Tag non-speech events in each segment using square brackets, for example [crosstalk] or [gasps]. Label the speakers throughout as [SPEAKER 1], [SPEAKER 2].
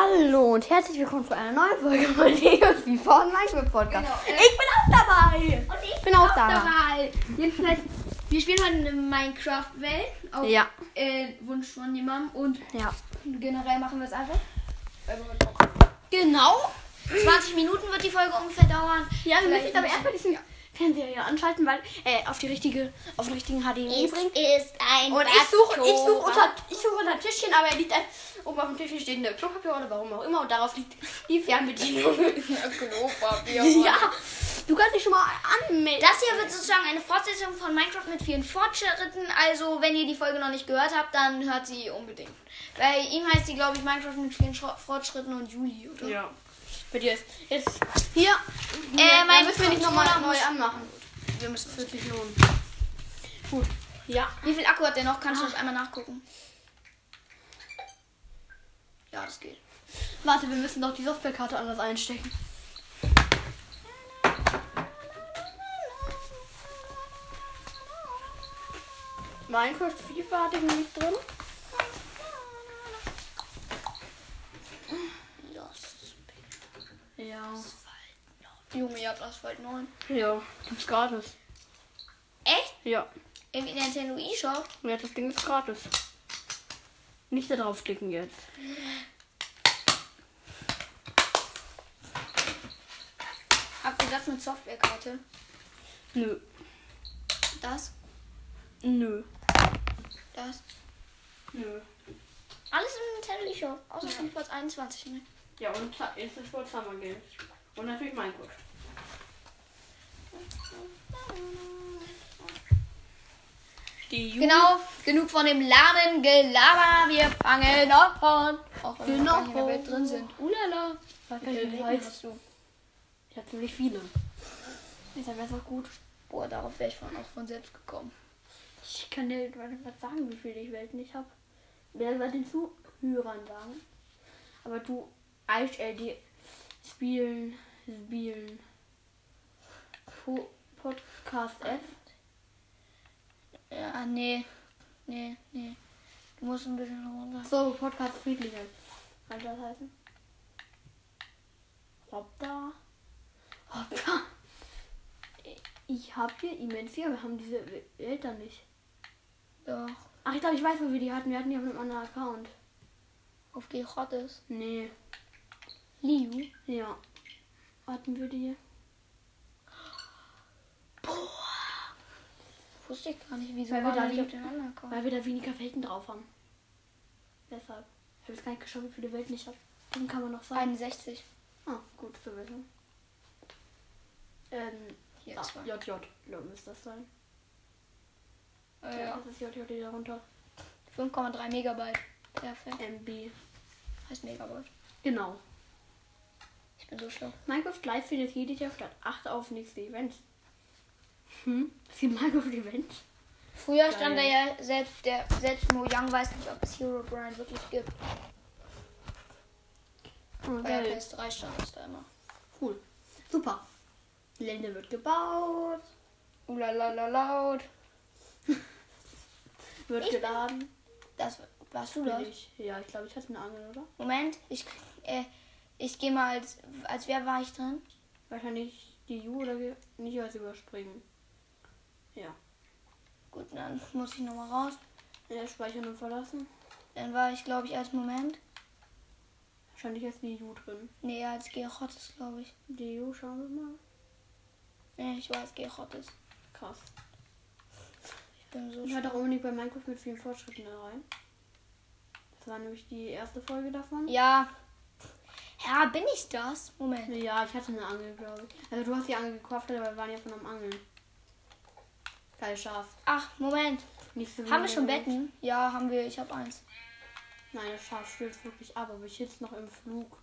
[SPEAKER 1] Hallo und herzlich willkommen zu einer neuen Folge von Leos FIFA und Minecraft Podcast.
[SPEAKER 2] Genau, äh,
[SPEAKER 1] ich bin auch dabei!
[SPEAKER 2] Und ich
[SPEAKER 1] bin auch da.
[SPEAKER 2] dabei. Jedenfalls, wir spielen heute eine Minecraft-Welt auf
[SPEAKER 1] Ja.
[SPEAKER 2] äh, Wunsch von jemandem und
[SPEAKER 1] Ja.
[SPEAKER 2] generell machen wir es einfach. weil wir Bock haben. [clears throat] Genau. 20 Minuten wird die Folge ungefähr dauern.
[SPEAKER 1] Ja, wir
[SPEAKER 2] Vielleicht
[SPEAKER 1] müssen jetzt aber
[SPEAKER 2] ein
[SPEAKER 1] erstmal diesen Fernseher hier anschalten, weil äh, auf die richtige, auf den richtigen HDMI E bringen.
[SPEAKER 2] ist ein
[SPEAKER 1] Und ich suche, ich suche unter, ich suche unter Tischchen, aber er liegt ein, oben auf dem Tischchen steht eine Klopapierrolle, warum auch immer, und darauf liegt die [laughs] Fernbedienung.
[SPEAKER 2] Klopapier.
[SPEAKER 1] ja, du kannst dich schon mal anmelden.
[SPEAKER 2] Das hier wird sozusagen eine Fortsetzung von Minecraft mit vielen Fortschritten. Also, wenn ihr die Folge noch nicht gehört habt, dann hört sie unbedingt. Bei ihm heißt sie, glaube ich, Minecraft mit vielen Schro- Fortschritten und Juli, oder?
[SPEAKER 1] Ja. Bei dir ist jetzt hier.
[SPEAKER 2] Äh,
[SPEAKER 1] da
[SPEAKER 2] mein
[SPEAKER 1] Mhm. müssen wir nicht nochmal
[SPEAKER 2] Controller
[SPEAKER 1] neu
[SPEAKER 2] muss-
[SPEAKER 1] anmachen.
[SPEAKER 2] Wir müssen
[SPEAKER 1] Das wird sich lohnen. Gut. Ja.
[SPEAKER 2] Wie viel Akku hat der noch?
[SPEAKER 1] Ah.
[SPEAKER 2] Kannst du das einmal nachgucken? Ja, das geht.
[SPEAKER 1] Warte, wir müssen doch die Softwarekarte anders einstecken. Minecraft FIFA hatte ich nicht drin. Ja.
[SPEAKER 2] Junge, ihr habt Asphalt 9.
[SPEAKER 1] Ja, gibt's gratis.
[SPEAKER 2] Echt?
[SPEAKER 1] Ja,
[SPEAKER 2] Im Nintendo eShop?
[SPEAKER 1] ja, das Ding ist gratis. Nicht da draufklicken jetzt.
[SPEAKER 2] Habt ihr das mit Softwarekarte?
[SPEAKER 1] Nö.
[SPEAKER 2] Das?
[SPEAKER 1] Nö.
[SPEAKER 2] Das?
[SPEAKER 1] Nö.
[SPEAKER 2] Alles im Nintendo eShop. Außer ja. FIFA 21, ne?
[SPEAKER 1] Ja, und Instant Sports Summer Games. Und natürlich Minecraft. Die Jugend.
[SPEAKER 2] Genau, genug von dem lahmen Gelaber. Wir fangen noch an. Auch wenn
[SPEAKER 1] Genau.
[SPEAKER 2] wir noch in der Welt drin sind. Ulala.
[SPEAKER 1] Was
[SPEAKER 2] Wie viele Welten hast du?
[SPEAKER 1] Ich hab ziemlich viele. Ist dann besser gut.
[SPEAKER 2] Boah, darauf wäre ich von, auch von selbst gekommen.
[SPEAKER 1] Ich kann dir was sagen, wie viele ich Welten ich hab. Ich will das den Zuhörern sagen. Aber du, ich, äh, die spielen, spielen. Po Podcast F.
[SPEAKER 2] Ja, nee. Nee, nee. Du musst ein bisschen runter.
[SPEAKER 1] So, Podcast Friedlinge. Kann das heißen? Hoppa. Hoppa. Ich hab hier immens viel, wir haben diese Welt da nicht.
[SPEAKER 2] Doch.
[SPEAKER 1] Ach, ich glaube, ich weiß, wo wir die hatten. Wir hatten die auf einem anderen Account.
[SPEAKER 2] Auf die Rottes.
[SPEAKER 1] Nee.
[SPEAKER 2] Liu.
[SPEAKER 1] Ja. Hatten wir die?
[SPEAKER 2] Wusste ich gar nicht, wieso
[SPEAKER 1] Weil wir
[SPEAKER 2] waren
[SPEAKER 1] da
[SPEAKER 2] wir nicht
[SPEAKER 1] die-
[SPEAKER 2] auf den anderen kommen.
[SPEAKER 1] Weil wir da weniger Welten drauf haben. Deshalb. Ich habe jetzt gar nicht geschaut, wie viele Welten ich habe. Den kann man noch sagen.
[SPEAKER 2] 61.
[SPEAKER 1] Ah, gut zu wissen. Ähm,
[SPEAKER 2] Hier,
[SPEAKER 1] ah,
[SPEAKER 2] zwei.
[SPEAKER 1] JJ. Lo, müsste das sein.
[SPEAKER 2] Äh, ja.
[SPEAKER 1] Das ist JJ wieder runter.
[SPEAKER 2] 5,3 Megabyte. Perfekt.
[SPEAKER 1] MB.
[SPEAKER 2] Heißt Megabyte.
[SPEAKER 1] Genau.
[SPEAKER 2] Ich bin so schlau.
[SPEAKER 1] Minecraft Live findet jedes Jahr statt. Achte auf nächste Event. Hm? Es gibt Minecraft Event?
[SPEAKER 2] Früher stand da
[SPEAKER 1] Geil.
[SPEAKER 2] ja selbst, der, selbst Mo Young weiß nicht, ob es Hero Brian wirklich gibt.
[SPEAKER 1] Oh,
[SPEAKER 2] Bei
[SPEAKER 1] geil.
[SPEAKER 2] der PS3 stand das da immer.
[SPEAKER 1] Cool. Super. Lände wird gebaut,
[SPEAKER 2] Ulalala laut.
[SPEAKER 1] wird
[SPEAKER 2] Ich-
[SPEAKER 1] geladen.
[SPEAKER 2] Das warst du das?
[SPEAKER 1] Ich, ja, ich glaube, ich hatte eine Angel, oder?
[SPEAKER 2] Moment, ich äh, ich gehe mal als als wer war ich drin?
[SPEAKER 1] Wahrscheinlich die Ju oder ge- nicht was überspringen. Ja.
[SPEAKER 2] Gut, dann muss ich nochmal raus.
[SPEAKER 1] Ja, speichern und verlassen.
[SPEAKER 2] Dann war ich, glaube ich, als Moment.
[SPEAKER 1] Wahrscheinlich ist die Ju drin.
[SPEAKER 2] Nee, als Gerottes, glaube ich.
[SPEAKER 1] Die Ju, schauen wir mal.
[SPEAKER 2] Nee, ich war als Gerottes.
[SPEAKER 1] Krass.
[SPEAKER 2] Ich bin so
[SPEAKER 1] Und
[SPEAKER 2] schlau.
[SPEAKER 1] hört auch unbedingt bei Minecraft mit vielen Fortschritten da rein. Das war nämlich die erste Folge davon.
[SPEAKER 2] Ja. Ja, bin ich das? Moment.
[SPEAKER 1] Ja, ich hatte eine Angel, glaube ich. Also du hast die Angel gecraftet, aber wir waren ja von einem Angeln. Geil scharf.
[SPEAKER 2] Ach, Moment.
[SPEAKER 1] Nicht so wie
[SPEAKER 2] Haben wir schon
[SPEAKER 1] in der-
[SPEAKER 2] Betten? Ja, haben wir. Ich habe eins.
[SPEAKER 1] Nein, das Schaf stürzt wirklich ab, aber ich sitze noch im Flug.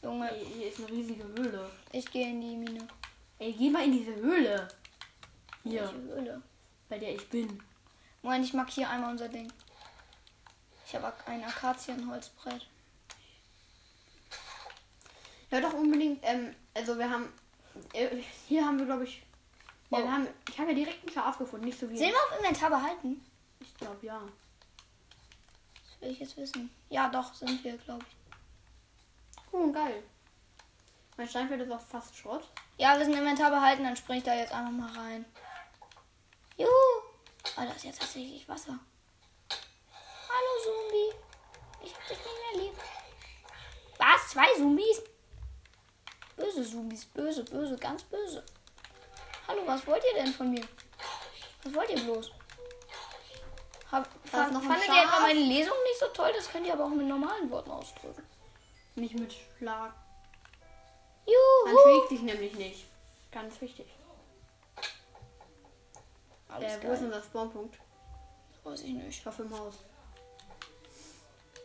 [SPEAKER 1] Ey,
[SPEAKER 2] Junge,
[SPEAKER 1] hier ist eine riesige Höhle.
[SPEAKER 2] ich gehe in die Mine.
[SPEAKER 1] Ey, geh mal in diese Höhle. Hier,
[SPEAKER 2] Welche Höhle.
[SPEAKER 1] bei der ich bin.
[SPEAKER 2] Moment, ich markiere einmal unser Ding. Ich habe ein Akazienholzbrett.
[SPEAKER 1] Ja, doch unbedingt. Ähm, also wir haben. Äh, hier haben wir, glaube ich. Ja,
[SPEAKER 2] Oh.
[SPEAKER 1] wir haben, ich habe ja direkt ein Schaf gefunden, nicht so wie.
[SPEAKER 2] Sehen wir auf Inventar behalten?
[SPEAKER 1] Ich glaube ja.
[SPEAKER 2] Das will ich jetzt wissen. Ja, doch, sind wir, glaube ich.
[SPEAKER 1] Oh, geil. Mein Steinfeld ist auch fast Schrott.
[SPEAKER 2] Ja, wir sind im Inventar behalten, dann springe ich da jetzt einfach mal rein. Juhu! Oh, da ist jetzt tatsächlich Wasser. Hallo Zombie. Ich hab dich nicht mehr lieb. Was? Zwei Zombies? Böse Zombies, böse, böse, ganz böse. Hallo, was wollt ihr denn von mir? Was wollt ihr bloß? Hab,
[SPEAKER 1] Da ist
[SPEAKER 2] fand,
[SPEAKER 1] noch ein
[SPEAKER 2] fandet ihr
[SPEAKER 1] Schaf.
[SPEAKER 2] etwa meine Lesung nicht so toll? Das könnt ihr aber auch mit normalen Worten ausdrücken.
[SPEAKER 1] Nicht mit Schlag. Man
[SPEAKER 2] Juhu!
[SPEAKER 1] schlägt sich nämlich nicht. Ganz wichtig.
[SPEAKER 2] Alles
[SPEAKER 1] Äh, wo ist
[SPEAKER 2] geil.
[SPEAKER 1] denn das Spawnpunkt?
[SPEAKER 2] Weiß ich nicht.
[SPEAKER 1] Ich hoffe im Haus.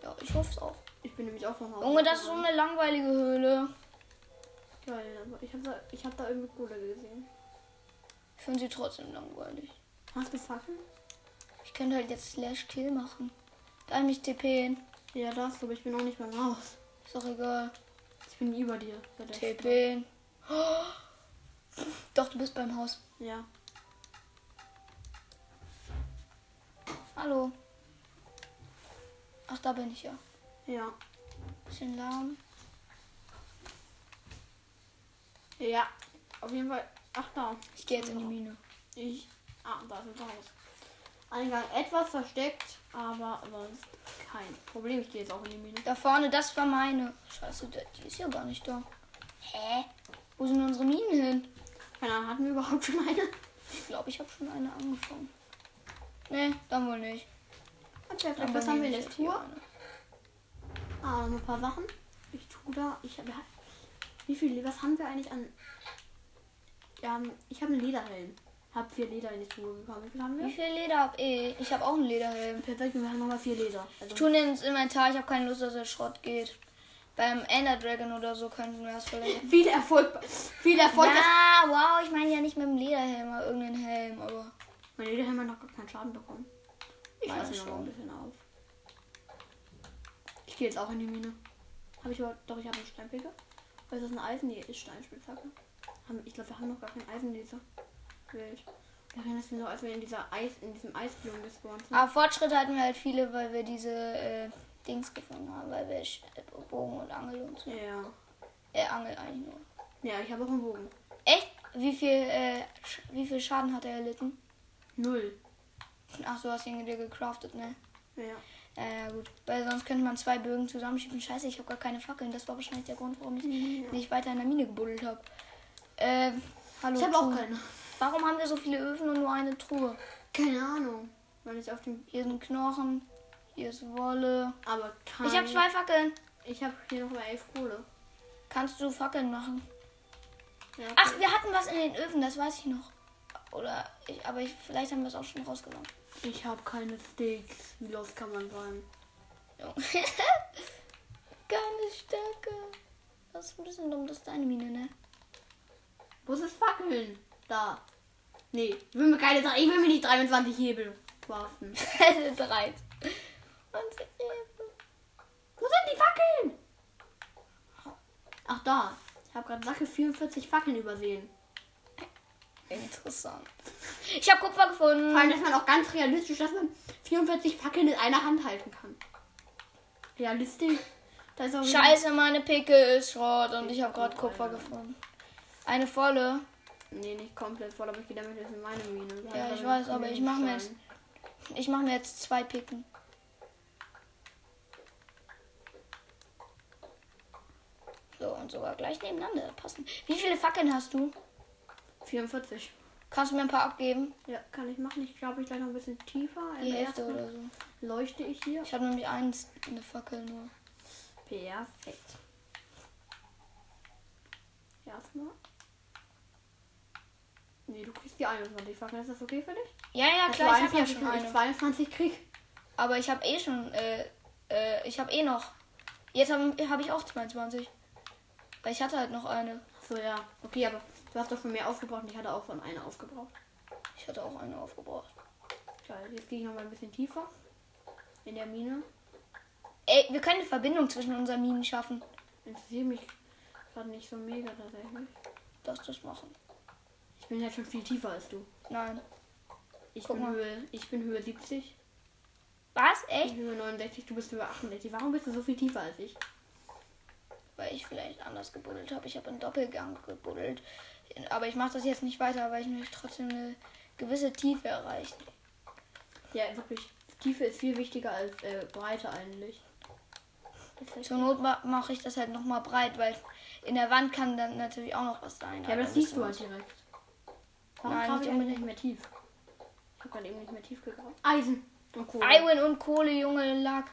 [SPEAKER 2] Ja, ich hoffe es auch.
[SPEAKER 1] Ich bin nämlich auch vom Haus.
[SPEAKER 2] Junge, das ist so eine langweilige Höhle.
[SPEAKER 1] Geil, aber ich habe da, ich hab da irgendwie Kohle gesehen.
[SPEAKER 2] Ich finde sie trotzdem langweilig.
[SPEAKER 1] Hast du Fackeln?
[SPEAKER 2] Ich könnte halt jetzt Slash Kill machen. Dann mich TPen.
[SPEAKER 1] Ja, das, aber ich bin auch nicht beim Haus.
[SPEAKER 2] Ist doch egal.
[SPEAKER 1] Ich bin über dir. bei der-
[SPEAKER 2] TPen. [gasps] Doch, du bist beim Haus.
[SPEAKER 1] Ja.
[SPEAKER 2] Hallo. Ach, da bin ich ja.
[SPEAKER 1] Ja.
[SPEAKER 2] Bisschen lahm.
[SPEAKER 1] Ja. Auf jeden Fall. Ach da.
[SPEAKER 2] Ich gehe jetzt in die Mine.
[SPEAKER 1] Ich. Ah, da ist unser Haus. Eingang etwas versteckt, aber sonst kein Problem. Ich gehe jetzt auch in die Mine.
[SPEAKER 2] Da vorne, das war meine. Scheiße, der- die ist ja gar nicht da. Hä? Wo sind unsere Minen hin?
[SPEAKER 1] Keine Ahnung, hatten wir überhaupt schon eine? [laughs]
[SPEAKER 2] Ich glaube, ich habe schon eine angefangen. Nee, dann wohl nicht.
[SPEAKER 1] Perfekt,
[SPEAKER 2] Dann
[SPEAKER 1] was haben
[SPEAKER 2] nehme
[SPEAKER 1] wir in
[SPEAKER 2] ich
[SPEAKER 1] der
[SPEAKER 2] jetzt hier
[SPEAKER 1] Tour?
[SPEAKER 2] eine.
[SPEAKER 1] Ah, noch ein paar Sachen. Ich tue da. Ich habe. Wie viel? Was haben wir eigentlich an. Ja, ich habe einen Lederhelm. Hab vier Leder in die Truhe bekommen. Wie viel haben
[SPEAKER 2] Wie
[SPEAKER 1] wir?
[SPEAKER 2] viel Leder hab ich? Ich habe auch einen Lederhelm.
[SPEAKER 1] Perfekt, wir haben nochmal vier Leder.
[SPEAKER 2] Ich
[SPEAKER 1] Also,
[SPEAKER 2] tue den ins Inventar, ich habe keine Lust, dass er Schrott geht. Beim Ender Dragon oder so könnten wir das vielleicht.
[SPEAKER 1] viel Erfolg. Viel Erfolg.
[SPEAKER 2] Ja, wow, ich meine ja nicht mit dem Lederhelm, aber irgendeinen Helm, aber.
[SPEAKER 1] Mein Lederhelm hat noch gar keinen Schaden bekommen. Ich
[SPEAKER 2] Meine
[SPEAKER 1] lasse ihn aber
[SPEAKER 2] schon.
[SPEAKER 1] ein bisschen auf. Ich gehe jetzt auch in die Mine. Habe ich überhaupt. Doch, ich habe einen Steinpicker. Oder ist das ein Eisen? Nee, ist Steinspitzhacke. Haben- Ich glaube, wir haben noch gar kein Eisen in dieser Welt. Da erinnerst du mich noch, als wir in, dieser Eis, in diesem Eisblumen gespawnt sind.
[SPEAKER 2] Aber Fortschritte hatten wir halt viele, weil wir diese äh, Dings gefunden haben, weil wir Sch- äh, Bogen und Angel und so.
[SPEAKER 1] Ja.
[SPEAKER 2] Äh, Angel eigentlich nur.
[SPEAKER 1] Ja, ich habe auch einen Bogen.
[SPEAKER 2] Echt? Wie viel, äh, Sch- wie viel Schaden hat er erlitten?
[SPEAKER 1] Null.
[SPEAKER 2] Ach, du hast ihn dir gecraftet, ne?
[SPEAKER 1] Ja.
[SPEAKER 2] Ja, ja, gut. Weil sonst könnte man zwei Bögen zusammenschieben. Scheiße, ich habe gar keine Fackeln. Das war wahrscheinlich der Grund, warum ich nicht weiter in der Mine gebuddelt habe. Ähm, hallo.
[SPEAKER 1] Ich habe auch
[SPEAKER 2] Truhe.
[SPEAKER 1] keine.
[SPEAKER 2] Warum haben wir so viele Öfen und nur eine Truhe?
[SPEAKER 1] Keine Ahnung. Weil ich auf dem.
[SPEAKER 2] Hier sind Knochen, hier ist Wolle.
[SPEAKER 1] Aber kein.
[SPEAKER 2] Ich habe zwei Fackeln.
[SPEAKER 1] Ich habe hier nochmal elf Kohle.
[SPEAKER 2] Kannst du Fackeln machen?
[SPEAKER 1] Ja, okay.
[SPEAKER 2] Ach, wir hatten was in den Öfen, das weiß ich noch. Oder, ich, aber ich, vielleicht haben wir es auch schon rausgenommen.
[SPEAKER 1] Ich habe keine Steaks. Wie los kann man sein?
[SPEAKER 2] [laughs] Junge. Keine Stärke. Das ist ein bisschen dumm, das ist deine Mine, [laughs] ne?
[SPEAKER 1] Wo ist das Fackeln? Da. Nee, ich will mir keine Dre- Ich will mir nicht 23 Hebel werfen.
[SPEAKER 2] Drei. Und Rebe.
[SPEAKER 1] Wo sind die Fackeln? Ach da. Ich habe gerade Sache 44 Fackeln übersehen.
[SPEAKER 2] Interessant. Ich habe Kupfer gefunden.
[SPEAKER 1] Vor allem, dass man auch ganz realistisch, dass man 44 Fackeln in einer Hand halten kann. Realistisch. Da ist auch wieder-
[SPEAKER 2] Scheiße, meine Picke ist Schrott und ich habe gerade Kupfer gefunden. Eine volle.
[SPEAKER 1] Nee, nicht komplett voll, aber ich gehe damit jetzt in meine Mine.
[SPEAKER 2] Ja,
[SPEAKER 1] Weil-
[SPEAKER 2] ich weiß, aber ich mach mir
[SPEAKER 1] Stein.
[SPEAKER 2] jetzt- Ich mache mir jetzt zwei Picken. So, und sogar gleich nebeneinander passen. Wie viele Fackeln hast du?
[SPEAKER 1] 44.
[SPEAKER 2] Kannst du mir ein paar abgeben?
[SPEAKER 1] Ja, kann ich machen. Ich glaube, ich gleich noch ein bisschen tiefer. Im
[SPEAKER 2] Die Hälfte
[SPEAKER 1] ersten
[SPEAKER 2] oder so.
[SPEAKER 1] Leuchte ich hier.
[SPEAKER 2] Ich habe nämlich eins, eine Fackel nur.
[SPEAKER 1] Perfekt. Erstmal. Nee, du kriegst die 21 Fackeln. Ist das okay für dich?
[SPEAKER 2] Ja, ja,
[SPEAKER 1] Dass
[SPEAKER 2] Ah, klar,
[SPEAKER 1] du
[SPEAKER 2] ich habe ja
[SPEAKER 1] 21
[SPEAKER 2] schon
[SPEAKER 1] und ich
[SPEAKER 2] eine.
[SPEAKER 1] 22 krieg.
[SPEAKER 2] Aber ich habe eh schon, äh, äh, ich habe eh noch. Jetzt habe hab ich auch 22. Weil ich hatte halt noch eine.
[SPEAKER 1] So, ja. Okay, aber du hast doch von mir aufgebraucht und ich hatte auch von einer aufgebraucht.
[SPEAKER 2] Ich hatte auch eine aufgebraucht.
[SPEAKER 1] Geil. Jetzt gehe ich noch mal ein bisschen tiefer. In der Mine.
[SPEAKER 2] Ey, wir können eine Verbindung zwischen unseren Minen schaffen.
[SPEAKER 1] Interessiert mich gerade nicht so mega tatsächlich.
[SPEAKER 2] Lass das machen.
[SPEAKER 1] Ich bin halt schon viel tiefer als du.
[SPEAKER 2] Nein.
[SPEAKER 1] Ich
[SPEAKER 2] Guck
[SPEAKER 1] bin,
[SPEAKER 2] mal.
[SPEAKER 1] Höhe, ich bin Höhe 70,
[SPEAKER 2] Was?
[SPEAKER 1] ich
[SPEAKER 2] Echt?
[SPEAKER 1] bin Höhe 69, du bist Höhe 68. Warum bist du so viel tiefer als ich?
[SPEAKER 2] Weil ich vielleicht anders gebuddelt habe. Ich habe einen Doppelgang gebuddelt. Aber ich mache das jetzt nicht weiter, weil ich möchte trotzdem eine gewisse Tiefe erreichen.
[SPEAKER 1] Ja, wirklich. Tiefe ist viel wichtiger als äh, Breite eigentlich. Das ist
[SPEAKER 2] Zur Not ma mache ich das halt nochmal breit, weil in der Wand kann dann natürlich auch noch was sein.
[SPEAKER 1] Ja, aber das siehst du halt
[SPEAKER 2] halt.
[SPEAKER 1] direkt. Warum
[SPEAKER 2] Nein,
[SPEAKER 1] Nein,
[SPEAKER 2] nicht
[SPEAKER 1] ich eigentlich nicht mehr tief? Ich hab gerade eben nicht mehr tief gegraben. Oh, Eisen und Kohle.
[SPEAKER 2] Iwan und Kohle, Junge, lag.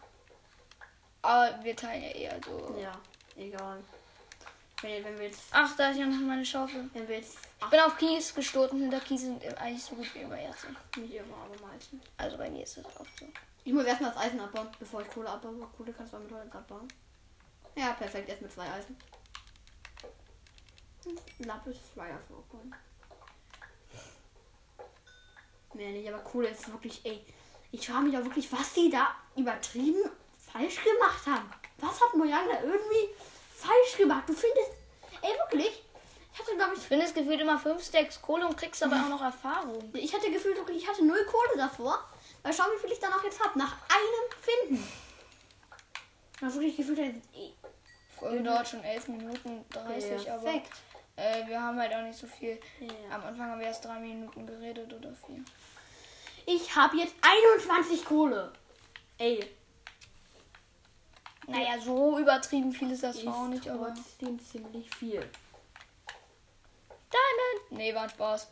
[SPEAKER 2] Aber wir teilen ja eher so.
[SPEAKER 1] Ja, egal. Wenn, wenn wir jetzt.
[SPEAKER 2] Ach, da ist ja noch meine Schaufel.
[SPEAKER 1] Wenn wir jetzt.
[SPEAKER 2] Ich
[SPEAKER 1] Ach,
[SPEAKER 2] bin auf Kies gestoßen, hinter Kies sind eigentlich so gut wie immer Ärzte.
[SPEAKER 1] nicht immer, aber meistens.
[SPEAKER 2] Also bei mir ist das oft so.
[SPEAKER 1] Ich muss erstmal das Eisen abbauen, bevor ich Kohle abbaue. Kohle kannst du auch mit Holz abbauen. Ja, perfekt. Erst mit zwei Eisen. Hm, Lapis Flyer vorkommen. Mehr nicht, aber Kohle ist wirklich, ey. Ich frage mich auch wirklich, was die da übertrieben falsch gemacht haben. Was hat Mojang da irgendwie falsch gemacht? Du findest. Ey, wirklich? Ich hatte, glaube ich,
[SPEAKER 2] Ich finde es gefühlt immer fünf Stacks Kohle und kriegst dabei auch noch Erfahrung.
[SPEAKER 1] Ich hatte gefühlt, okay, ich hatte null Kohle davor. Weil schau, wie viel ich danach jetzt hab Nach einem Finden. Das wirklich gefühlt halt eh
[SPEAKER 2] Folge dauert schon 11 Minuten 30, aber
[SPEAKER 1] perfekt.
[SPEAKER 2] äh, wir haben halt auch nicht so viel.
[SPEAKER 1] Ja.
[SPEAKER 2] Am Anfang haben wir erst drei Minuten geredet oder vier.
[SPEAKER 1] Ich habe jetzt 21 Kohle. Ey.
[SPEAKER 2] Naja, so übertrieben viel ist das
[SPEAKER 1] ist
[SPEAKER 2] zwar auch nicht, aber.
[SPEAKER 1] trotzdem ziemlich viel.
[SPEAKER 2] Diamond! Nee, war ein Spaß.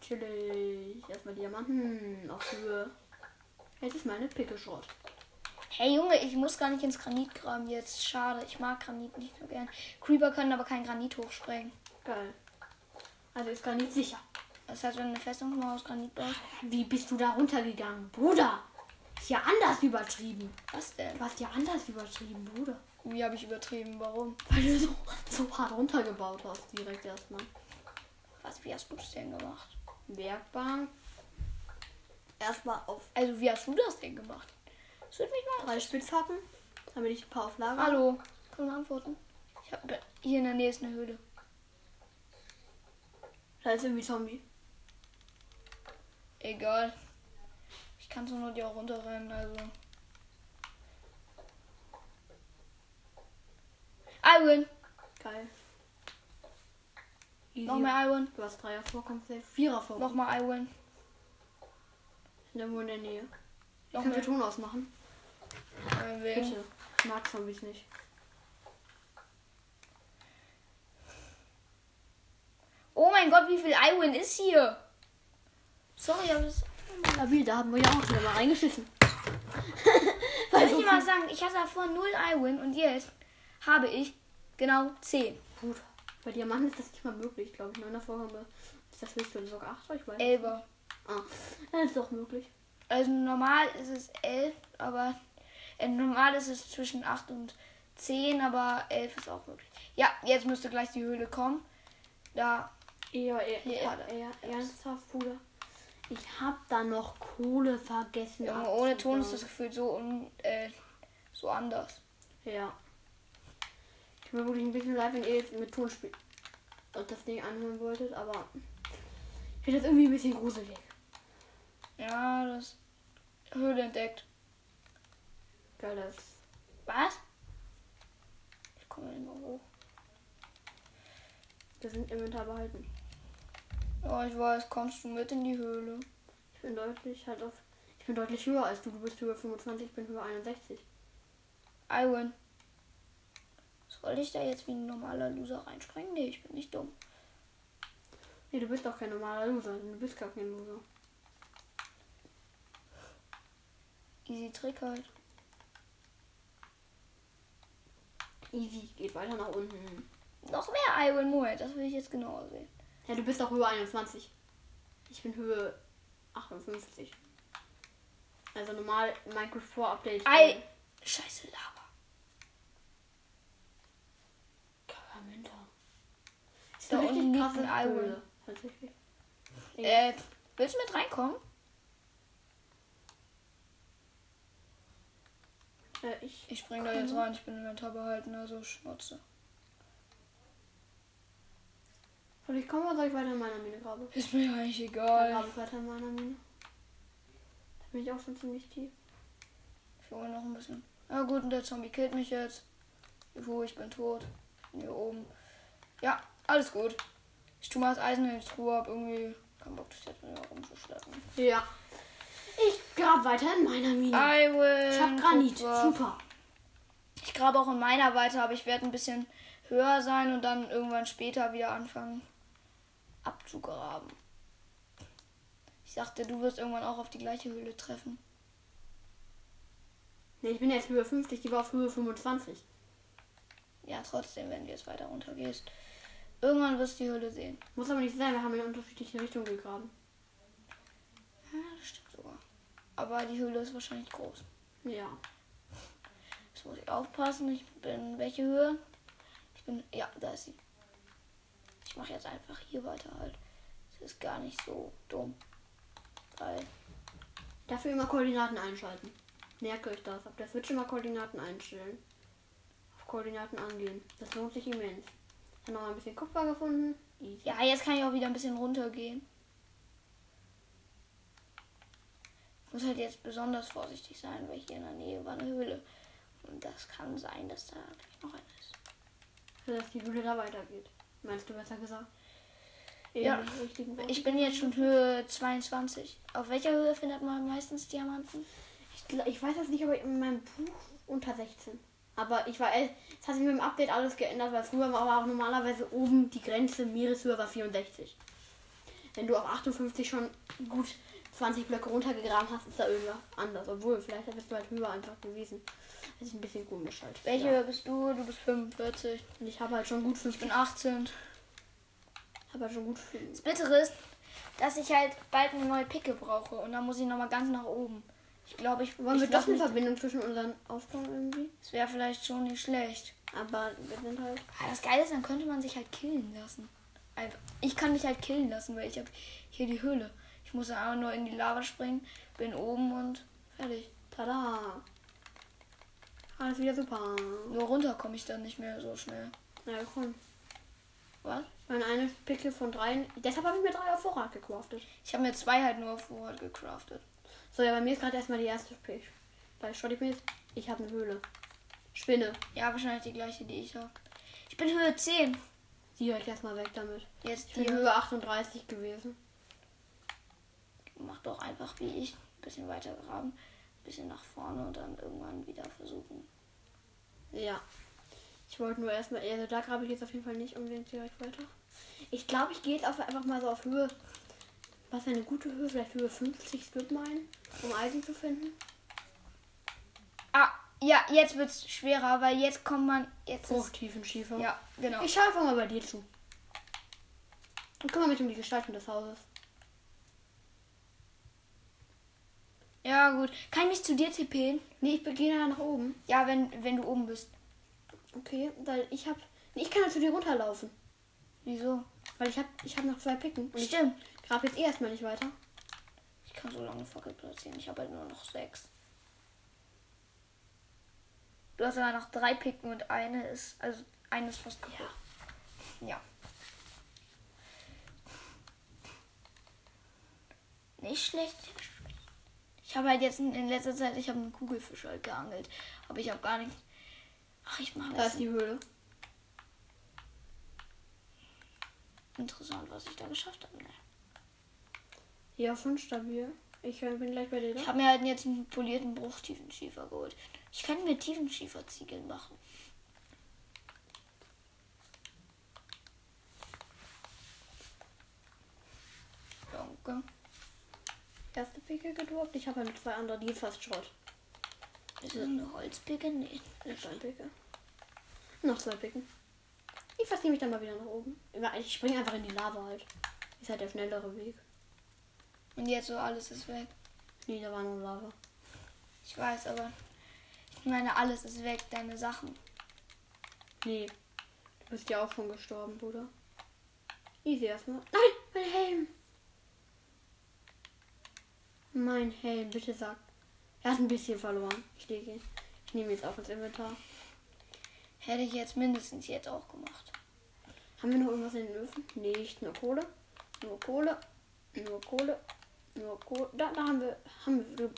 [SPEAKER 1] Natürlich. Erstmal Diamanten auf Höhe. Jetzt ist meine Pickel Schrott.
[SPEAKER 2] Hey Junge, ich muss gar nicht ins Granit graben jetzt. Schade, ich mag Granit nicht so gern. Creeper können aber kein Granit hochsprengen.
[SPEAKER 1] Geil. Also ist gar nicht sicher.
[SPEAKER 2] Das heißt, wenn du eine Festung mal aus Granit baust.
[SPEAKER 1] Wie bist du da runtergegangen? Bruder! Ist ja anders übertrieben.
[SPEAKER 2] Was denn?
[SPEAKER 1] Du hast ja anders übertrieben, Bruder.
[SPEAKER 2] Wie habe ich übertrieben? Warum?
[SPEAKER 1] Weil du so, so hart runtergebaut hast, direkt erstmal.
[SPEAKER 2] Was, wie hast du das denn gemacht?
[SPEAKER 1] Werkbank. Erstmal auf
[SPEAKER 2] Also, wie hast du das denn gemacht? Das würde mich mal
[SPEAKER 1] drei Spitzhacken, damit ich ein paar auf Lager
[SPEAKER 2] Hallo, kann man antworten? Ich hab, hier in der Nähe ist eine Höhle.
[SPEAKER 1] Da ist irgendwie Zombie.
[SPEAKER 2] Egal. Ich kann zur Not ja auch runterrennen, also. Iron!
[SPEAKER 1] Geil. Easy.
[SPEAKER 2] Noch mehr Iron.
[SPEAKER 1] Du hast Dreier vorkommen, safe. Vierer vorkommen.
[SPEAKER 2] Noch mal Iron.
[SPEAKER 1] Irgendwo in der Nähe.
[SPEAKER 2] Noch
[SPEAKER 1] Können
[SPEAKER 2] mehr
[SPEAKER 1] wir Ton ausmachen?
[SPEAKER 2] Iron.
[SPEAKER 1] Bitte. Ich mag Zombies nicht.
[SPEAKER 2] Oh mein Gott, wie viel Iron ist hier? Sorry, aber das.
[SPEAKER 1] Also Labil, da haben wir ja auch schon mal reingeschissen. [laughs]
[SPEAKER 2] Soll
[SPEAKER 1] Weil
[SPEAKER 2] ich
[SPEAKER 1] so
[SPEAKER 2] dir mal
[SPEAKER 1] viel...
[SPEAKER 2] sagen, ich hatte davor 0 Iron und jetzt habe ich genau 10.
[SPEAKER 1] Gut. Bei Diamanten ist das nicht mal möglich, glaube ich. Neuner Vorgang ist das höchste oder sogar 8, ich weiß.
[SPEAKER 2] 11.
[SPEAKER 1] Ah. Das ist doch möglich.
[SPEAKER 2] Also normal ist es 11, aber äh, normal ist es zwischen 8 und 10, aber 11 ist auch möglich. Ja, jetzt müsste gleich die Höhle kommen. Da,
[SPEAKER 1] Ja, er,
[SPEAKER 2] Ja,
[SPEAKER 1] er, er, ernsthaft, Bruder. Ich hab da noch Kohle vergessen.
[SPEAKER 2] Junge, ohne Ton ist das
[SPEAKER 1] abzubauen.
[SPEAKER 2] Gefühl so un, äh, so anders.
[SPEAKER 1] Ja. Ich bin wirklich ein bisschen leid, wenn ihr jetzt mit Ton spielt und das Ding anhören wolltet, aber ich finde das irgendwie ein bisschen gruselig.
[SPEAKER 2] Ja, das Höhle entdeckt.
[SPEAKER 1] Geil, das.
[SPEAKER 2] Was? Ich komme nicht mehr hoch.
[SPEAKER 1] Wir sind im Winter behalten.
[SPEAKER 2] Ja, ich weiß, kommst du mit in die Höhle?
[SPEAKER 1] Ich bin deutlich halt auf. Ich bin deutlich höher als du. Du bist höher 25, ich bin höher 61.
[SPEAKER 2] Iron. Soll ich da jetzt wie ein normaler Loser reinspringen? Nee, ich bin nicht dumm.
[SPEAKER 1] Nee, du bist doch kein normaler Loser. Du bist gar kein Loser.
[SPEAKER 2] Easy Trick halt.
[SPEAKER 1] Easy, geht weiter nach unten.
[SPEAKER 2] Noch mehr Iron Moment, das will ich jetzt genauer sehen.
[SPEAKER 1] Ja, du bist doch Höhe 21. Ich bin Höhe 58. Also normal Minecraft 4 Update.
[SPEAKER 2] Ei! Scheiße, Lava.
[SPEAKER 1] Karamenta. Ist
[SPEAKER 2] Da
[SPEAKER 1] da
[SPEAKER 2] unten
[SPEAKER 1] richtig
[SPEAKER 2] liegt
[SPEAKER 1] krasse
[SPEAKER 2] ein Ei,
[SPEAKER 1] Höhle.
[SPEAKER 2] oder?
[SPEAKER 1] Tatsächlich.
[SPEAKER 2] Äh, willst du mit reinkommen?
[SPEAKER 1] Äh, ich.
[SPEAKER 2] Ich spring da jetzt rein, ich bin Inventar behalten, also Schnauze.
[SPEAKER 1] Soll ich kommen oder soll ich weiter in meiner Mine graben?
[SPEAKER 2] Ist mir eigentlich
[SPEAKER 1] Dann
[SPEAKER 2] egal.
[SPEAKER 1] grabe ich weiter in meiner Mine. Da bin ich auch schon ziemlich tief.
[SPEAKER 2] Ich hole noch ein bisschen. Na gut, und der Zombie killt mich jetzt. Juhu, ich bin tot. Bin hier oben. Ja, alles gut. Ich tue mal das Eisen in die Truhe, hab irgendwie keinen Bock, das jetzt mit mir rumzuschleppen.
[SPEAKER 1] Ja. Ich grab weiter in meiner Mine.
[SPEAKER 2] I will.
[SPEAKER 1] ich hab Granit.
[SPEAKER 2] Super.
[SPEAKER 1] Super.
[SPEAKER 2] Ich grabe auch in meiner weiter, aber ich werde ein bisschen höher sein und dann irgendwann später wieder anfangen abzugraben. Ich dachte, du wirst irgendwann auch auf die gleiche Höhle treffen.
[SPEAKER 1] Nee, ich bin jetzt Höhe 50, die war auf Höhe 25.
[SPEAKER 2] Ja, trotzdem, wenn du jetzt weiter runter gehst. Irgendwann wirst du die Höhle sehen.
[SPEAKER 1] Muss aber nicht sein, wir haben in unterschiedliche Richtungen gegraben.
[SPEAKER 2] Ja, das stimmt sogar. Aber die Höhle ist wahrscheinlich groß.
[SPEAKER 1] Ja.
[SPEAKER 2] Jetzt muss ich aufpassen. Ich bin welche Höhe? Ich bin. Ja, da ist sie. Ich mache jetzt einfach hier weiter halt. Das ist gar nicht so dumm. Weil
[SPEAKER 1] Dafür immer Koordinaten einschalten. Merkt euch das. Auf der Switch immer Koordinaten einstellen. Auf Koordinaten angehen. Das lohnt sich immens. Ich habe noch mal ein bisschen Kupfer gefunden. Easy.
[SPEAKER 2] Ja, jetzt kann ich auch wieder ein bisschen runtergehen. Ich muss halt jetzt besonders vorsichtig sein, weil hier in der Nähe war eine Höhle. Und das kann sein, dass da gleich noch eine ist.
[SPEAKER 1] Für dass die Höhle da weitergeht. Meinst du besser gesagt?
[SPEAKER 2] Ja.
[SPEAKER 1] Eben, richtigen Ort.
[SPEAKER 2] Ich bin jetzt schon Höhe 22. Auf welcher Höhe findet man meistens Diamanten?
[SPEAKER 1] Ich, gl- ich weiß jetzt nicht, aber in meinem Buch unter 16. Aber ich war, elf. es hat sich mit dem Update alles geändert, weil früher war auch normalerweise oben die Grenze Meereshöhe war 64. Wenn du auf 58 schon gut 20 Blöcke runtergegraben hast, ist da irgendwas anders. Obwohl, vielleicht bist du halt höher einfach gewesen. Das ist ein bisschen komisch halt.
[SPEAKER 2] Welche
[SPEAKER 1] Ja.
[SPEAKER 2] Höhe bist du? Du bist 45.
[SPEAKER 1] Und ich habe halt schon gut
[SPEAKER 2] Ich
[SPEAKER 1] 50.
[SPEAKER 2] bin 18.
[SPEAKER 1] habe halt schon gut 50.
[SPEAKER 2] Das Bittere ist, dass ich halt bald eine neue Picke brauche. Und dann muss ich nochmal ganz nach oben. Ich glaube, ich
[SPEAKER 1] Wollen wir doch
[SPEAKER 2] ich glaub
[SPEAKER 1] eine
[SPEAKER 2] nicht-
[SPEAKER 1] Verbindung zwischen unseren Aufbauen irgendwie?
[SPEAKER 2] Das wäre vielleicht schon nicht schlecht.
[SPEAKER 1] Aber wir sind halt.
[SPEAKER 2] Ah, Das Geile ist, dann könnte man sich halt killen lassen. Einfach. Ich kann mich halt killen lassen, weil ich habe hier die Höhle. Ich muss dann einfach nur in die Lava springen, bin oben und fertig.
[SPEAKER 1] Tada! Alles wieder super.
[SPEAKER 2] Nur runter komme ich dann nicht mehr so schnell.
[SPEAKER 1] Na komm.
[SPEAKER 2] Was?
[SPEAKER 1] Mein eine Pickel von drei. Deshalb habe ich mir drei auf Vorrat gecraftet.
[SPEAKER 2] Ich habe mir zwei halt nur auf Vorrat gecraftet.
[SPEAKER 1] So, ja, bei mir ist gerade erstmal die erste Pickel. Bei Schrott mir jetzt. Ich habe eine Höhle. Spinne.
[SPEAKER 2] Ja, wahrscheinlich die gleiche, die ich habe. Ich bin Höhe 10.
[SPEAKER 1] Die hört erstmal weg damit.
[SPEAKER 2] Jetzt
[SPEAKER 1] Ich bin
[SPEAKER 2] die
[SPEAKER 1] Höhe 38 gewesen.
[SPEAKER 2] Mach doch einfach wie ich. Ein bisschen weiter graben, ein bisschen nach vorne und dann irgendwann wieder versuchen.
[SPEAKER 1] Ja. Ich wollte nur erstmal. Also da grabe ich jetzt auf jeden Fall nicht unbedingt direkt weiter. Ich glaube, ich gehe jetzt auf, einfach mal so auf Höhe. Was wäre eine gute Höhe? Vielleicht Höhe 50 Split Mine, um Eisen zu finden.
[SPEAKER 2] Ah, ja, jetzt wird's schwerer, weil jetzt kommt man. Jetzt ist,
[SPEAKER 1] Hochtiefenschiefer.
[SPEAKER 2] Oh, ja, genau.
[SPEAKER 1] Ich schaue einfach mal bei dir zu. Und kümmere mich um die Gestaltung des Hauses.
[SPEAKER 2] Ja, gut. Kann ich mich zu dir tippen?
[SPEAKER 1] Nee, ich gehe nachher nach oben.
[SPEAKER 2] Ja, wenn, wenn du oben bist.
[SPEAKER 1] Okay, weil ich hab. Nee, ich kann ja zu dir runterlaufen.
[SPEAKER 2] Wieso?
[SPEAKER 1] Weil ich hab, ich hab noch zwei Picken. Und ich
[SPEAKER 2] Stimmt.
[SPEAKER 1] grab jetzt eh erstmal nicht weiter.
[SPEAKER 2] Ich kann so lange Fackel platzieren. Ich habe halt nur noch sechs. Du hast aber noch drei Picken und eine ist. Also eine ist fast kaputt. Ja. Nicht schlecht. nicht schlecht. Ich habe halt jetzt in, in letzter Zeit, ich habe einen Kugelfisch halt geangelt. Aber ich habe gar nicht. Ach, ich mache
[SPEAKER 1] Da
[SPEAKER 2] das.
[SPEAKER 1] ist die Höhle.
[SPEAKER 2] Interessant, was ich da geschafft habe. Ne?
[SPEAKER 1] Ja, fünf stabil. Ich äh, bin gleich bei dir.
[SPEAKER 2] Ich
[SPEAKER 1] Da.
[SPEAKER 2] habe mir halt jetzt einen polierten Bruchtiefenschiefer geholt. Ich kann mir Tiefenschieferziegel machen. Danke.
[SPEAKER 1] Erste Picke gedroppt. Ich habe ja noch zwei andere, die ist fast Schrott.
[SPEAKER 2] Ist das eine Holzpicke? Nee.
[SPEAKER 1] Noch zwei Picke. Noch zwei Picken. Ich verstehe mich dann mal wieder nach oben. Ich springe einfach in die Lava halt. Ist halt der schnellere Weg.
[SPEAKER 2] Und jetzt so alles ist weg.
[SPEAKER 1] Nee, da war nur Lava.
[SPEAKER 2] Ich weiß, aber ich meine, alles ist weg, deine Sachen.
[SPEAKER 1] Nee. Du bist ja auch schon gestorben, Bruder. Easy erstmal. Nein, mein Helm! Mein Helm, bitte sag. Er hat ein bisschen verloren. Ich lege ihn. Ich nehme ihn jetzt auch ins Inventar.
[SPEAKER 2] Hätte ich jetzt mindestens jetzt auch gemacht.
[SPEAKER 1] Haben wir noch irgendwas in den Öfen? Nicht, nur Kohle. Nur Kohle. Nur Kohle. Nur Kohle. Da, da haben wir. äh, Haben wir.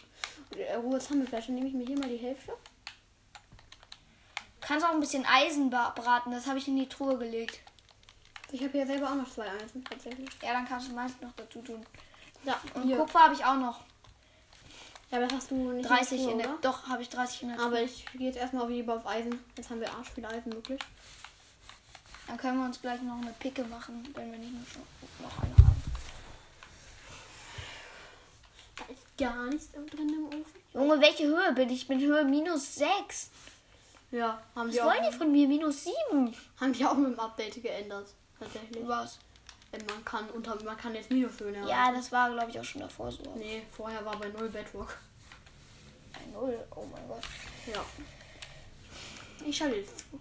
[SPEAKER 1] Ruhe, haben wir vielleicht. Dann nehme ich mir hier mal die Hälfte.
[SPEAKER 2] Kannst auch ein bisschen Eisen ba- braten. Das habe ich in die Truhe gelegt.
[SPEAKER 1] Ich habe ja selber auch noch zwei Eisen tatsächlich.
[SPEAKER 2] Ja, dann kannst du meist noch dazu tun.
[SPEAKER 1] Ja,
[SPEAKER 2] Und
[SPEAKER 1] hier.
[SPEAKER 2] Kupfer habe ich auch noch.
[SPEAKER 1] Ja, aber das hast du nicht. in
[SPEAKER 2] 30
[SPEAKER 1] Truhe,
[SPEAKER 2] in der.
[SPEAKER 1] oder? Ah,
[SPEAKER 2] Doch, habe ich 30 in der. Truhe.
[SPEAKER 1] Aber ich gehe jetzt erstmal auf lieber auf Eisen. Jetzt haben wir arsch viel Eisen möglich.
[SPEAKER 2] Dann können wir uns gleich noch eine Picke machen, wenn wir nicht noch, noch eine haben.
[SPEAKER 1] Da ist gar nichts drin im Ofen.
[SPEAKER 2] Junge, welche Höhe bin ich? Ich bin Höhe minus 6.
[SPEAKER 1] Ja, haben
[SPEAKER 2] Was
[SPEAKER 1] die, auch,
[SPEAKER 2] wollen die von mir? Minus 7.
[SPEAKER 1] haben die auch mit dem Update geändert. Tatsächlich.
[SPEAKER 2] Was?
[SPEAKER 1] Denn man kann unter man kann jetzt Minushöhen
[SPEAKER 2] Ja, das war, glaube ich, auch schon davor so.
[SPEAKER 1] Nee, vorher war bei null Bedrock.
[SPEAKER 2] Ein Null. Oh mein Gott.
[SPEAKER 1] Ja. Ich schalte jetzt zu.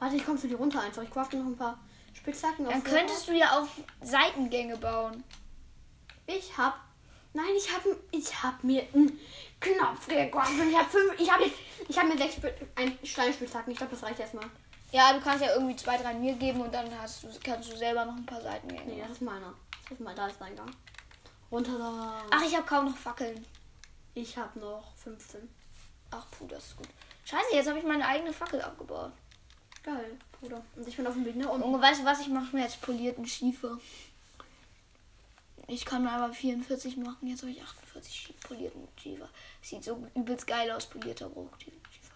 [SPEAKER 1] Warte, ich komme für die runter einfach. Ich crafte noch ein paar Spitzhacken
[SPEAKER 2] Dann könntest du ja auch Seitengänge bauen.
[SPEAKER 1] Ich hab. Nein, ich hab, ich hab mir einen Knopf gekraftet. Ich hab fünf. Ich hab, jetzt- ich hab mir sechs Spit, ein Steinspitzhacken. Ich glaube, das reicht erstmal.
[SPEAKER 2] Ja, du kannst ja irgendwie zwei, drei mir geben und dann hast du, kannst du selber noch ein paar Seitengänge
[SPEAKER 1] Nee, das
[SPEAKER 2] machen.
[SPEAKER 1] ist meiner. Das ist mein, da ist mein Gang. Runter da.
[SPEAKER 2] Ach, ich habe kaum noch Fackeln.
[SPEAKER 1] Ich hab noch 15.
[SPEAKER 2] Ach, puh, das ist gut. Scheiße, jetzt habe ich meine eigene Fackel abgebaut.
[SPEAKER 1] Geil, Bruder. Und ich bin auf dem Weg nach unten.
[SPEAKER 2] Junge, weißt du was? Ich mache mir jetzt polierten Schiefer. Ich kann mir aber 44 machen. Jetzt habe ich 48 schie- polierten Schiefer. Sieht so übelst geil aus, polierter produktiven Schiefer.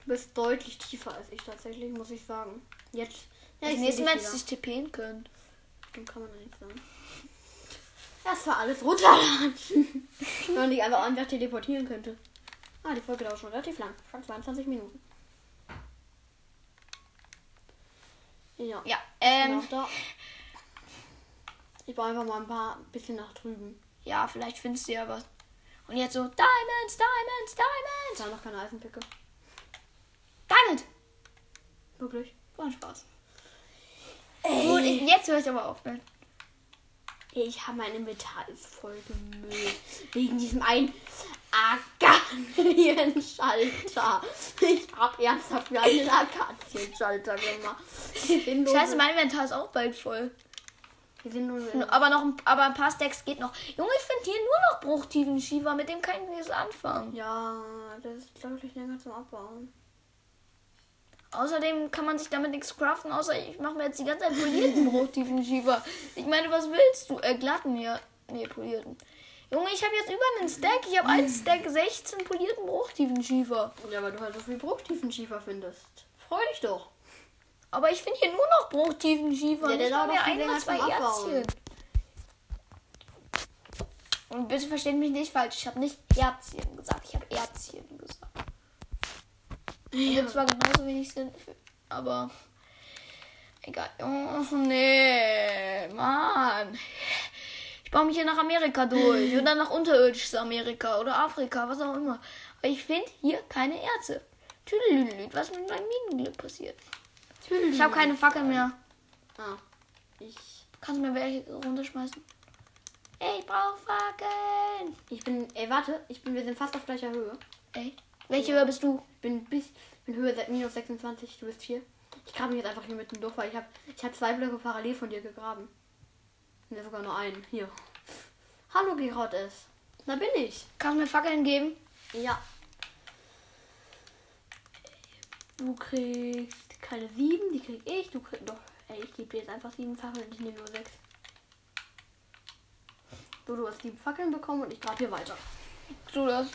[SPEAKER 1] Du bist deutlich tiefer als ich tatsächlich, muss ich sagen. Jetzt. Ja,
[SPEAKER 2] das
[SPEAKER 1] ich
[SPEAKER 2] nächste Mal hättest du
[SPEAKER 1] dich
[SPEAKER 2] dich tippen können.
[SPEAKER 1] Dann kann man nicht sagen. Das war alles runterladen.
[SPEAKER 2] [laughs]
[SPEAKER 1] Wenn man nicht einfach einfach teleportieren könnte. Ah, die Folge dauert schon relativ lang. Schon 22 Minuten. Ja. genau.
[SPEAKER 2] Ja, ähm,
[SPEAKER 1] Noch da. Ich baue einfach mal ein paar bisschen nach drüben.
[SPEAKER 2] ja, vielleicht findest du ja was. Und jetzt so, Diamonds, Diamonds,
[SPEAKER 1] Ich
[SPEAKER 2] Diamonds.
[SPEAKER 1] habe noch keine Eisenpicke.
[SPEAKER 2] Diamond.
[SPEAKER 1] Wirklich.
[SPEAKER 2] War ein Spaß. Gut, ich, jetzt höre ich aber auf. Ne?
[SPEAKER 1] Ey, Ich habe mein Inventar ist voll gemüllt. Wegen diesem einen Akazienschalter. Ich habe ernsthaft mir einen Akazienschalter gemacht. Wir sind nur,
[SPEAKER 2] Scheiße, mein Inventar ist auch bald voll.
[SPEAKER 1] wir sind nur
[SPEAKER 2] Aber noch ein, aber ein paar Stacks geht noch. Junge, ich finde hier nur noch bruchtiven Schiefer. Mit dem kann ich nichts anfangen.
[SPEAKER 1] Ja, das ist deutlich länger zum Abbauen.
[SPEAKER 2] Außerdem kann man sich damit nichts craften, außer ich mache mir jetzt die ganze Zeit polierten bruchtiefen Schiefer. Ich meine, was willst du? Äh, glatten ja. Nee, polierten. Junge, ich habe jetzt über einen Stack. Ich habe einen Stack 16 polierten bruchtiefen Schiefer.
[SPEAKER 1] Ja, weil du halt so viel Bruchtiefenschiefer findest. Freu dich doch.
[SPEAKER 2] Aber ich finde hier nur noch bruchtiefen Schiefer.
[SPEAKER 1] Ja, der
[SPEAKER 2] Nicht mal
[SPEAKER 1] dauert
[SPEAKER 2] mehr
[SPEAKER 1] auch viel
[SPEAKER 2] ein oder
[SPEAKER 1] länger
[SPEAKER 2] zwei
[SPEAKER 1] zum Abbauen.
[SPEAKER 2] Erzchen. Und bitte versteht mich nicht falsch. Ich habe nicht Erzchen gesagt. Ich habe Erzchen gesagt. Ja. Gibt zwar genauso wenig Sinn, für- aber egal. Oh, nee, Mann. Ich baue mich hier nach Amerika durch oder nach unterirdisches Amerika oder Afrika, was auch immer. Aber ich finde hier keine Erze. Tüdelüdelüd, was mit meinem Minenglück passiert. Ich habe keine Fackel mehr.
[SPEAKER 1] Ah, ich,
[SPEAKER 2] Kannst du mir welche runterschmeißen? Ey, ich brauche Fackeln.
[SPEAKER 1] ich bin. Ey, warte, ich bin, wir sind fast auf gleicher Höhe.
[SPEAKER 2] Ey, welche Höhe bist du?
[SPEAKER 1] Ich bin bis bin Höhe seit minus 26, du bist 4. Ich grabe mich jetzt einfach hier mitten durch, weil ich habe ich hab zwei Blöcke parallel von dir gegraben. Ne, sogar nur einen. Hier. Hallo, Gerard S. Da bin ich.
[SPEAKER 2] Kannst du mir Fackeln geben?
[SPEAKER 1] Ja. Du kriegst keine sieben, die krieg ich. Du kriegst. Doch, ey, ich gebe dir jetzt einfach sieben Fackeln und ich nehme nur sechs. So, du hast sieben Fackeln bekommen und ich grab hier weiter.
[SPEAKER 2] Du das.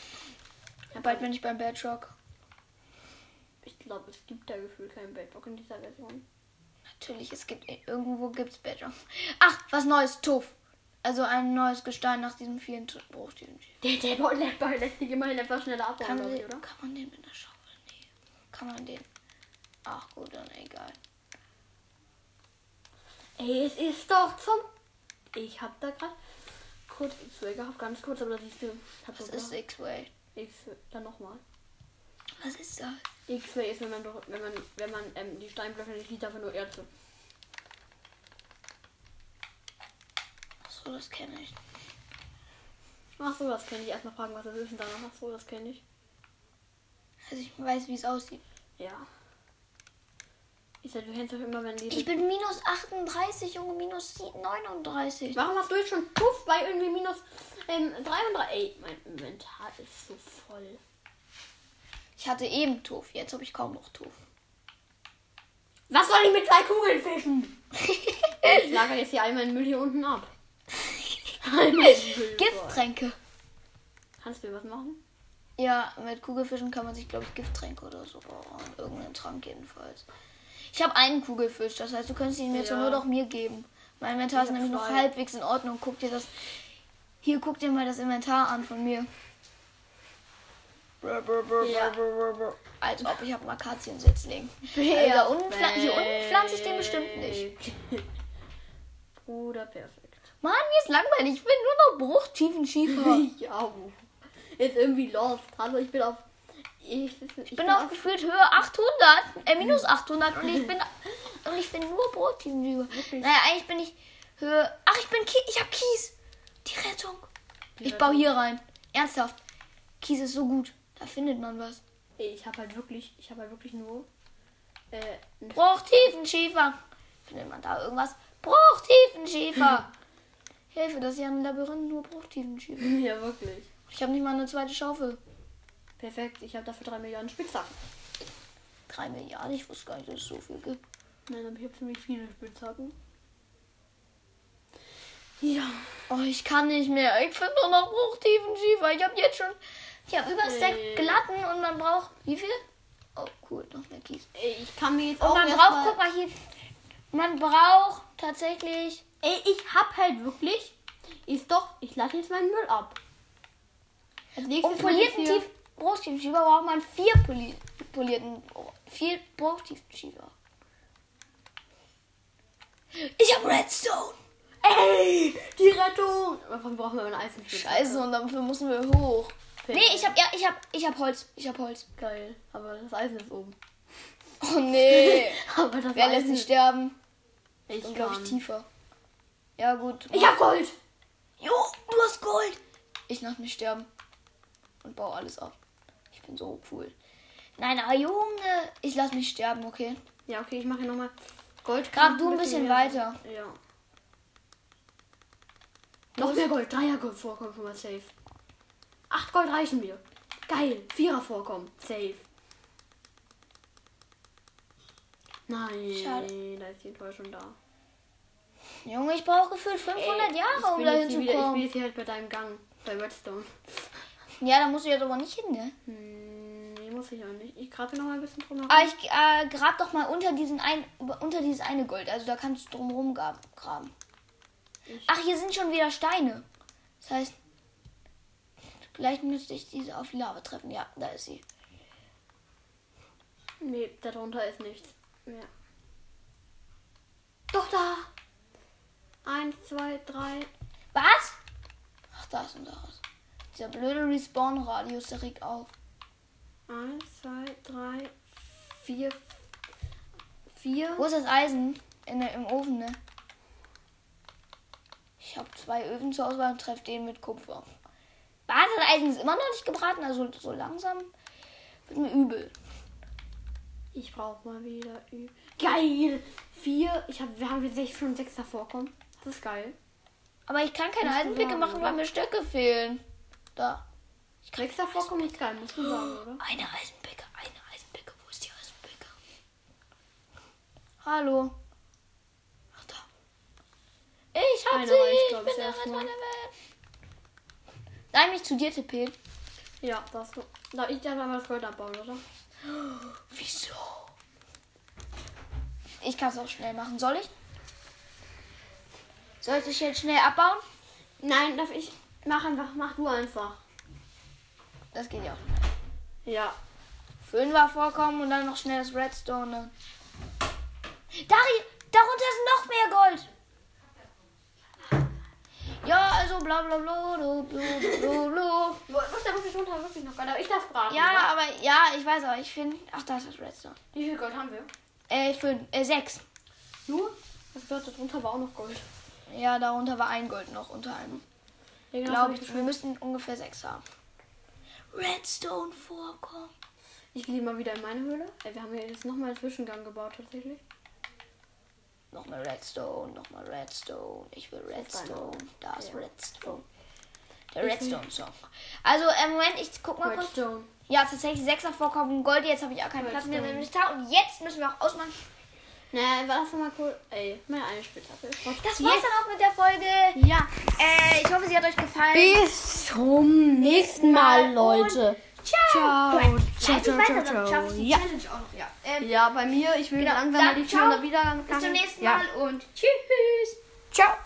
[SPEAKER 2] Ja, bald bin ich beim Bedrock.
[SPEAKER 1] Ich glaube, es gibt da gefühlt keinen Bedrock in dieser Version.
[SPEAKER 2] Natürlich, es gibt irgendwo gibt's Bedrock. Ach, was Neues, Tuff. Also ein neues Gestein nach diesem vielen Tu- Bruchstühlen.
[SPEAKER 1] Der, der Bot lässt, lässt sich immerhin etwas schneller abbauen,
[SPEAKER 2] Kann, man
[SPEAKER 1] glaube ich,
[SPEAKER 2] den-
[SPEAKER 1] oder?
[SPEAKER 2] kann man den mit einer Schaufel? Nee. Kann man den. Ach gut, dann egal.
[SPEAKER 1] Ey, es ist doch zum. Ich hab da gerade kurz X-Ray gehabt, ganz kurz, aber da siehst du. Hab
[SPEAKER 2] Das
[SPEAKER 1] so
[SPEAKER 2] ist
[SPEAKER 1] gedacht.
[SPEAKER 2] X-Way.
[SPEAKER 1] X. Dann nochmal.
[SPEAKER 2] Was ist das?
[SPEAKER 1] X-Ray ist, wenn man, doch- wenn man, wenn man ähm, die Steinblöcke nicht sieht, dafür nur Erze.
[SPEAKER 2] Achso, das kenne ich.
[SPEAKER 1] Ach so, das kenne ich. Erstmal fragen, was das ist und danach. Ach so, das kenne ich.
[SPEAKER 2] Also ich weiß, wie es aussieht.
[SPEAKER 1] Ja. Ich sag, du kennst doch immer, wenn die.
[SPEAKER 2] Ich bin minus 38, Junge, minus sie- 39.
[SPEAKER 1] Warum hast du jetzt schon Puff bei irgendwie minus ähm, 300? Ey, mein Inventar ist so voll.
[SPEAKER 2] Ich hatte eben Tuf, jetzt habe ich kaum noch Tuf.
[SPEAKER 1] Was soll ich mit zwei Kugeln fischen? [laughs] ich lagere jetzt hier all meinen Müll hier unten ab. All meinen Müll.
[SPEAKER 2] Gifttränke.
[SPEAKER 1] Kannst du mir was machen?
[SPEAKER 2] Ja, mit Kugelfischen kann man sich, glaube ich, Gifttränke oder so bauen. Irgendeinen Trank jedenfalls. Ich habe einen Kugelfisch, das heißt, du könntest ihn mir zur
[SPEAKER 1] Ja.
[SPEAKER 2] Not auch mir geben. Mein Inventar
[SPEAKER 1] Ich
[SPEAKER 2] ist
[SPEAKER 1] hab
[SPEAKER 2] nämlich noch
[SPEAKER 1] zwei.
[SPEAKER 2] halbwegs in Ordnung. Guck dir das. Hier, guck dir mal das Inventar an von mir. Brr, brr, brr,
[SPEAKER 1] Ja.
[SPEAKER 2] brr, brr, brr, brr. Als ob ich habe einen Akaziensetzling. Alter,
[SPEAKER 1] Also
[SPEAKER 2] Also unpfla- hier unten pflanze ich den bestimmt nicht.
[SPEAKER 1] Perfekt. [laughs] Bruder, perfekt.
[SPEAKER 2] Mann, mir ist langweilig. Ich will nur noch
[SPEAKER 1] [laughs]
[SPEAKER 2] bruchtiefen Schiefer.
[SPEAKER 1] ja, wo- ist irgendwie lost. Hallo, ich bin auf. Ich, ich,
[SPEAKER 2] Ich bin auf gefühlt Höhe 800, äh, minus 800 und [clears throat] ich bin und ich bin nur Brotteam
[SPEAKER 1] Wirklich?
[SPEAKER 2] Naja, eigentlich bin ich Höhe, ach ich bin Kies, ich hab Kies. Die Rettung. Ich
[SPEAKER 1] Rettung.
[SPEAKER 2] baue hier rein. Ernsthaft. Kies ist so gut. Da findet man was.
[SPEAKER 1] Ich habe halt wirklich, ich habe halt wirklich nur. Äh, ein-
[SPEAKER 2] Bruchtiefenschiefer. Findet man da irgendwas? [clears throat] Bruchtiefenschiefer. Hilfe, das ist ja ein Labyrinth, nur
[SPEAKER 1] [laughs]
[SPEAKER 2] Bruchtiefenschiefer.
[SPEAKER 1] ja, wirklich.
[SPEAKER 2] Ich habe nicht mal eine zweite Schaufel.
[SPEAKER 1] Perfekt, ich habe dafür drei Milliarden Spitzhacken.
[SPEAKER 2] Drei Milliarden, ich wusste gar nicht, dass es so viel gibt.
[SPEAKER 1] Nein, aber ich habe ziemlich viele Spitzhacken. Ja.
[SPEAKER 2] Oh, ich kann nicht mehr. Ich finde nur noch Bruchtiefen Schiefer. Ich habe jetzt schon. Ich habe über einen Stack
[SPEAKER 1] Nee.
[SPEAKER 2] glatten und man braucht. Wie viel? Oh, cool, noch mehr Kies.
[SPEAKER 1] Ey, Ich kann mir jetzt
[SPEAKER 2] Und
[SPEAKER 1] auch
[SPEAKER 2] man
[SPEAKER 1] erst
[SPEAKER 2] braucht,
[SPEAKER 1] mal-
[SPEAKER 2] guck mal hier. Man braucht tatsächlich.
[SPEAKER 1] Ey, ich hab halt wirklich. Ist doch, ich lasse jetzt meinen Müll ab. Als nächstes
[SPEAKER 2] Um
[SPEAKER 1] mach ich
[SPEAKER 2] polierten
[SPEAKER 1] hier-
[SPEAKER 2] Tief Bruchtiefen Schiefer braucht man vier poli polierten. oh, Vier Bruchtiefen Schiefer. Ich habe Redstone.
[SPEAKER 1] Ey, die Rettung! Davon brauchen wir eine Eisenspitze.
[SPEAKER 2] Scheiße, und dafür müssen wir hoch. Nee, ich habe ja, ich habe, ich habe Holz. Ich habe Holz.
[SPEAKER 1] Geil, aber das Eisen ist oben.
[SPEAKER 2] Oh nee.
[SPEAKER 1] [laughs] Aber das
[SPEAKER 2] [laughs] Wer lässt
[SPEAKER 1] Eisen
[SPEAKER 2] sich sterben?
[SPEAKER 1] Ich
[SPEAKER 2] Und glaube
[SPEAKER 1] kann.
[SPEAKER 2] ich tiefer. Ja, gut.
[SPEAKER 1] Ich hab Gold!
[SPEAKER 2] Jo, du hast Gold! Ich lass mich sterben. Und baue alles ab. Ich bin so cool. Nein, aber Junge, ich lass mich sterben, okay?
[SPEAKER 1] Ja, okay, ich mache hier nochmal Gold.
[SPEAKER 2] Grab du ein bisschen
[SPEAKER 1] mehr-
[SPEAKER 2] weiter.
[SPEAKER 1] Ja. Noch mehr Gold. Dreier Gold vorkommen schon mal safe. Acht Gold reichen mir. Geil. Vierer vorkommen. Safe. Nein,
[SPEAKER 2] Schade.
[SPEAKER 1] da ist die Enttäuschung da.
[SPEAKER 2] Junge, ich brauche gefühlt 500
[SPEAKER 1] Ey, ich
[SPEAKER 2] Jahre, um
[SPEAKER 1] bin
[SPEAKER 2] da
[SPEAKER 1] jetzt hier wieder- Ich bin
[SPEAKER 2] hinzukommen.
[SPEAKER 1] jetzt hier halt bei deinem Gang. Bei Redstone.
[SPEAKER 2] Ja, da musst du jetzt aber nicht hin, ne?
[SPEAKER 1] Hm, nee, muss ich auch nicht. Ich grabe hier noch mal ein bisschen drum herum.
[SPEAKER 2] Aber ich äh, grab doch mal unter diesen ein, über- unter dieses eine Gold. Also da kannst du drumherum gra- graben.
[SPEAKER 1] Ich-
[SPEAKER 2] Ach, hier sind schon wieder Steine. Das heißt, vielleicht müsste ich diese auf die Lava treffen. Ja, da ist sie.
[SPEAKER 1] Nee, darunter ist nichts. Ja. Doch da! Eins, zwei, drei.
[SPEAKER 2] Was? Ach, da ist unser Haus. Dieser blöde Respawn-Radius, der regt auf.
[SPEAKER 1] Eins, zwei, drei, vier. Vier.
[SPEAKER 2] Wo ist das Eisen? In der, Im Ofen, ne? Ich habe zwei Öfen zur Auswahl und treffe den mit Kupfer. Was? Das Eisen ist immer noch nicht gebraten, also so langsam wird mir übel.
[SPEAKER 1] Ich brauche mal wieder. Ü geil! Vier. Ich hab, wir haben jetzt sech- schon sechs davor kommen. Das ist geil.
[SPEAKER 2] Aber ich kann keine
[SPEAKER 1] Musst du
[SPEAKER 2] Eisenpicke
[SPEAKER 1] sagen,
[SPEAKER 2] machen, weil
[SPEAKER 1] oder?
[SPEAKER 2] mir Stöcke fehlen. Da.
[SPEAKER 1] Sechs davor kommen ist geil, muss man sagen, oder?
[SPEAKER 2] Eine Eisenpicke, eine Eisenpicke. Wo ist die Eisenpicke? Hallo. Ach da. Ich hab
[SPEAKER 1] Eine
[SPEAKER 2] sie,
[SPEAKER 1] reicht,
[SPEAKER 2] ich
[SPEAKER 1] glaub
[SPEAKER 2] bin
[SPEAKER 1] ich,
[SPEAKER 2] der
[SPEAKER 1] erstmal.
[SPEAKER 2] Retter der Welt. Sei mich zu dir, Tippet.
[SPEAKER 1] Ja, das. Darf ich darf einmal das Gold abbauen, oder?
[SPEAKER 2] Wieso? Ich kann es auch schnell machen. Soll ich? Soll ich jetzt schnell abbauen?
[SPEAKER 1] Nein, darf ich. Mach einfach. Mach du einfach.
[SPEAKER 2] Das geht ja auch.
[SPEAKER 1] Ja.
[SPEAKER 2] Fünfer vorkommen und dann noch schnell das Redstone. ne? Dari, darunter ist noch mehr Gold. Ja, also bla bla bla bla bla bla bla.
[SPEAKER 1] Du musst da wirklich runter, wirklich noch Gold. Aber ich darf braten.
[SPEAKER 2] Ja, aber ja, ich weiß aber, ich finde. Ach, da ist das Redstone.
[SPEAKER 1] Wie viel Gold haben wir?
[SPEAKER 2] Äh, fünf, äh, sechs.
[SPEAKER 1] Nur? Das gehört darunter war auch noch Gold.
[SPEAKER 2] Ja, darunter war ein Gold noch unter einem.
[SPEAKER 1] genau,
[SPEAKER 2] Glaube ich. Wir müssten ungefähr sechs haben. Redstone vorkommen.
[SPEAKER 1] Ich gehe mal wieder in meine Höhle. Ey, wir haben hier jetzt nochmal einen Zwischengang gebaut tatsächlich.
[SPEAKER 2] Nochmal Redstone, nochmal Redstone. Ich will Redstone. Da ist
[SPEAKER 1] Ja.
[SPEAKER 2] Redstone. Der
[SPEAKER 1] Ich will-
[SPEAKER 2] Redstone-Song. Also, ähm, Moment, ich guck mal kurz.
[SPEAKER 1] Redstone.
[SPEAKER 2] Ja, tatsächlich sechs nach vorkommen. Gold, jetzt habe ich auch keinen Platz mehr in meinem Inventar. Und jetzt müssen wir auch ausmachen.
[SPEAKER 1] Na, war das mal cool. Ey, meine eine Spitzhacke. ist raus.
[SPEAKER 2] Das war's dann auch mit der Folge.
[SPEAKER 1] Ja.
[SPEAKER 2] Äh, ich hoffe, sie hat euch gefallen.
[SPEAKER 1] Bis zum nächsten Mal,
[SPEAKER 2] Mal und
[SPEAKER 1] Leute.
[SPEAKER 2] ciao.
[SPEAKER 1] Ciao,
[SPEAKER 2] Ciao, ciao, ciao, ciao.
[SPEAKER 1] Ja.
[SPEAKER 2] Challenge auch noch, ja. Ähm,
[SPEAKER 1] Ja, bei mir, ich will
[SPEAKER 2] Genau.
[SPEAKER 1] irgendwann mal
[SPEAKER 2] Dann
[SPEAKER 1] die
[SPEAKER 2] ciao.
[SPEAKER 1] Tür wieder
[SPEAKER 2] Bis zum nächsten
[SPEAKER 1] Ja.
[SPEAKER 2] Mal und tschüss. Ciao.